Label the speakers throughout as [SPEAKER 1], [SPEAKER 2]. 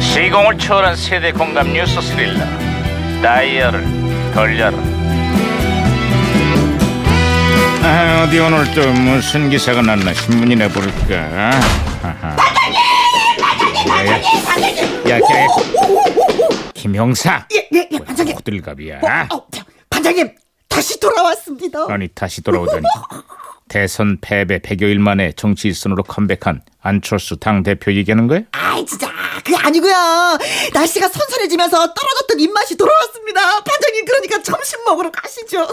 [SPEAKER 1] 시공을 초월한 세대 공감 뉴스 스릴러 다이얼을 돌려라 아, 어디 오늘 또 무슨 기사가 났나 신문이나 볼까 아하. 야,
[SPEAKER 2] 반장님!
[SPEAKER 1] 야, 야, 야. 김영사
[SPEAKER 2] 예, 예, 예, 반장님!
[SPEAKER 1] 호들갑이야
[SPEAKER 2] 어, 어, 자, 반장님! 다시 돌아왔습니다.
[SPEAKER 1] 아니 다시 돌아오다니 대선 패배 100여일 만에 정치 일선으로 컴백한 안철수 당대표 얘기하는 거야?
[SPEAKER 2] 아이, 진짜, 그게 아니고요 날씨가 선선해지면서 떨어졌던 입맛이 돌아왔습니다. 반장님, 그러니까 점심 먹으러 가시죠.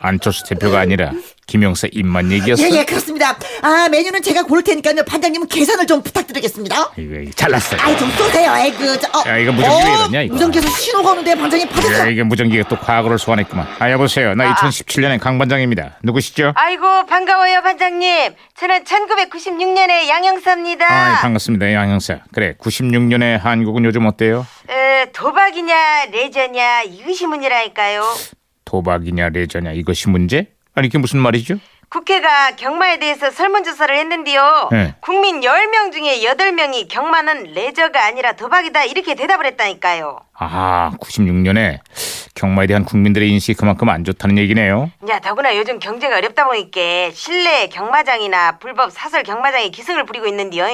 [SPEAKER 1] 안철수 대표가 아니라 김영사 입만 얘기였어
[SPEAKER 2] 예, 예, 그렇습니다. 아, 메뉴는 제가 고를 테니까요. 반장님은 계산을 좀 부탁드리겠습니다.
[SPEAKER 1] 이거 이거 잘났어
[SPEAKER 2] 아이, 좀 쏘세요. 아이, 그, 저, 어.
[SPEAKER 1] 야, 이거 무전기 왜 이러냐, 이거.
[SPEAKER 2] 무전기에서 신호가 오는데 반장님
[SPEAKER 1] 야,
[SPEAKER 2] 받았어.
[SPEAKER 1] 이게 무전기가 또 과거를 소환했구만. 아 여보세요. 나 2017년의 강 반장입니다. 누구시죠?
[SPEAKER 3] 아이고 반가워요 반장님. 저는 1996년에 양형사입니다.
[SPEAKER 1] 아, 반갑습니다. 양 형사. 그래. 96년의 한국은 요즘 어때요?
[SPEAKER 3] 에, 도박이냐 레저냐 이것이 문제라니까요.
[SPEAKER 1] 도박이냐 레저냐 이것이 문제? 아니 이게 무슨 말이죠?
[SPEAKER 3] 국회가 경마에 대해서 설문조사를 했는데요.
[SPEAKER 1] 네.
[SPEAKER 3] 국민 10명 중에 8명이 경마는 레저가 아니라 도박이다 이렇게 대답을 했다니까요.
[SPEAKER 1] 아 96년에 경마에 대한 국민들의 인식이 그만큼 안 좋다는 얘기네요.
[SPEAKER 3] 야, 더구나 요즘 경제가 어렵다 보니까 실내 경마장이나 불법 사설 경마장에 기승을 부리고 있는데요.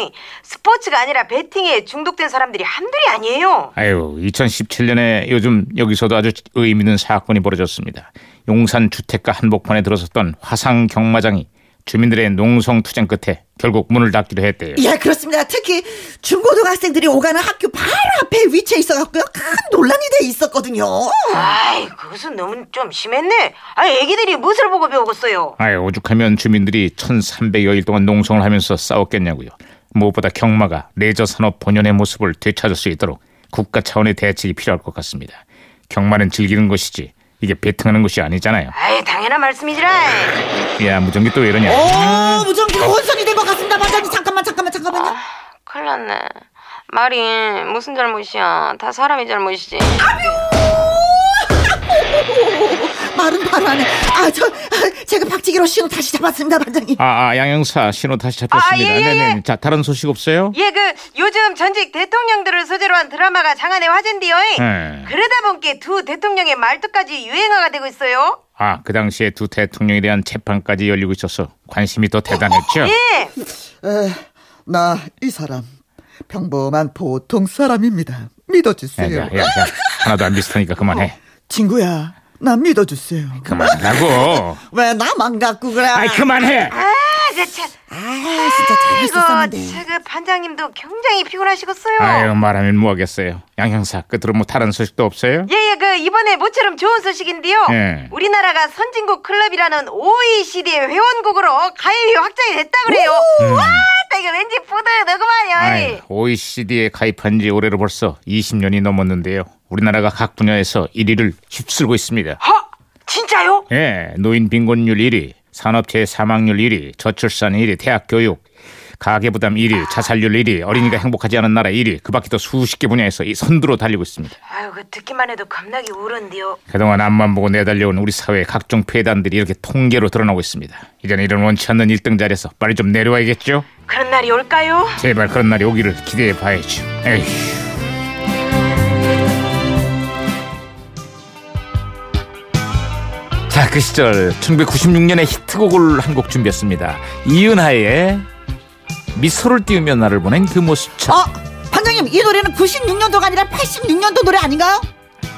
[SPEAKER 3] 스포츠가 아니라 베팅에 중독된 사람들이 한둘이 아니에요.
[SPEAKER 1] 아유 2017년에 요즘 여기서도 아주 의미 있는 사건이 벌어졌습니다. 용산 주택가 한복판에 들어섰던 화상 경마장이 주민들의 농성 투쟁 끝에 결국 문을 닫기로 했대요.
[SPEAKER 2] 예, 그렇습니다. 특히 중고등학생들이 오가는 학교 바로 앞에 위치해 있어갖고요. 큰 논란이 돼 있었거든요.
[SPEAKER 3] 아이, 그것은 너무 좀 심했네. 아, 애기들이 무엇을 보고 배우겠어요?
[SPEAKER 1] 아예 오죽하면 주민들이 1300여일 동안 농성을 하면서 싸웠겠냐고요. 무엇보다 경마가 레저 산업 본연의 모습을 되찾을 수 있도록 국가 차원의 대책이 필요할 것 같습니다. 경마는 즐기는 것이지 이게 베팅하는 것이 아니잖아요.
[SPEAKER 3] 아이, 당연한 말씀이지라.
[SPEAKER 1] 야 무전기 또 왜 이러냐?
[SPEAKER 4] 아.
[SPEAKER 2] 오, 어, 무전기가 혼선이 된 것 같습니다. 반장님, 잠깐만, 잠깐만, 잠깐만요.
[SPEAKER 3] 큰일 났네. 말이 무슨 잘못이야. 다 사람이 잘못이지.
[SPEAKER 2] 말은 바로 안 해. 아, 저, 아, 제가 박치기로 신호 다시 잡았습니다, 반장님.
[SPEAKER 1] 아, 아 양형사 신호 다시 잡혔습니다.
[SPEAKER 3] 아, 예, 예,
[SPEAKER 1] 네네. 자 다른 소식 없어요?
[SPEAKER 3] 예, 그 요즘 전직 대통령들을 소재로 한 드라마가 장안의 화제인데요.
[SPEAKER 1] 예.
[SPEAKER 3] 그러다 보니까 두 대통령의 말투까지 유행어가 되고 있어요.
[SPEAKER 1] 아 그 당시에 두 대통령에 대한 재판까지 열리고 있어서 관심이 더 대단했죠.
[SPEAKER 3] 예.
[SPEAKER 4] 나 이 사람 평범한 보통 사람입니다.
[SPEAKER 1] 야, 야,
[SPEAKER 2] 네,
[SPEAKER 4] 믿어주세요.
[SPEAKER 1] 야, 야. 하나도 안 비슷하니까 그만해.
[SPEAKER 4] 친구야, 나 믿어주세요.
[SPEAKER 1] 그만하고.
[SPEAKER 2] 그, 왜 나만 갖고 그래?
[SPEAKER 1] 아이 그만해.
[SPEAKER 3] 아, 그 참.
[SPEAKER 2] 진짜
[SPEAKER 3] 이거
[SPEAKER 2] 잘했었는데.
[SPEAKER 3] 그 반장님도 굉장히 피곤하시겠어요.
[SPEAKER 1] 아유 말하면 뭐하겠어요. 양 형사 끝으로 뭐 다른 소식도 없어요?
[SPEAKER 3] 예예 그 이번에 모처럼 좋은 소식인데요.
[SPEAKER 1] 예.
[SPEAKER 3] 우리나라가 선진국 클럽이라는 OECD 의 회원국으로 가입이 확정이 됐다 그래요. 와, 나 이거 왠지 뿌듯하구만요.
[SPEAKER 1] 예. 아이, OECD에 가입한 지 올해로 벌써 20년이 넘었는데요. 우리나라가 각 분야에서 1위를 휩쓸고 있습니다.
[SPEAKER 3] 허, 진짜요?
[SPEAKER 1] 예, 노인 빈곤율 1위, 산업재해 사망률 1위, 저출산 1위, 대학 교육, 가계 부담 1위, 자살률 1위, 어린이가 행복하지 않은 나라 1위, 그 밖에 또 수십 개 분야에서 이 선두로 달리고 있습니다.
[SPEAKER 3] 아유, 그 듣기만 해도 겁나게 우는데요.
[SPEAKER 1] 그동안 앞만 보고 내달려온 우리 사회의 각종 폐단들이 이렇게 통계로 드러나고 있습니다. 이제는 이런 원치 않는 1등 자리에서 빨리 좀 내려와야겠죠?
[SPEAKER 3] 그런 날이 올까요?
[SPEAKER 1] 제발 그런 날이 오기를 기대해 봐야죠. 에휴. 자, 그 시절 1996년에 히트곡을 한 곡 준비했습니다. 이은하의 미소를 띄우며 나를 보낸 그 모습처럼.
[SPEAKER 2] 어, 반장님, 이 노래는 96년도가 아니라 86년도 노래 아닌가요?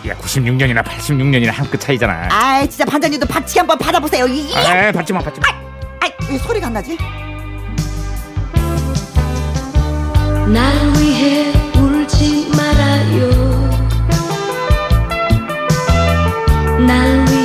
[SPEAKER 1] 야, 96년이나 86년이나 한 끗 차이잖아.
[SPEAKER 2] 아, 진짜 반장님도 박치기 한번 받아보세요. 이, 이, 아,
[SPEAKER 1] 아, 받지 마, 받지 마.
[SPEAKER 2] 이 소리가 안 나지?
[SPEAKER 5] 날 위해 울지 말아요. 날 위해 그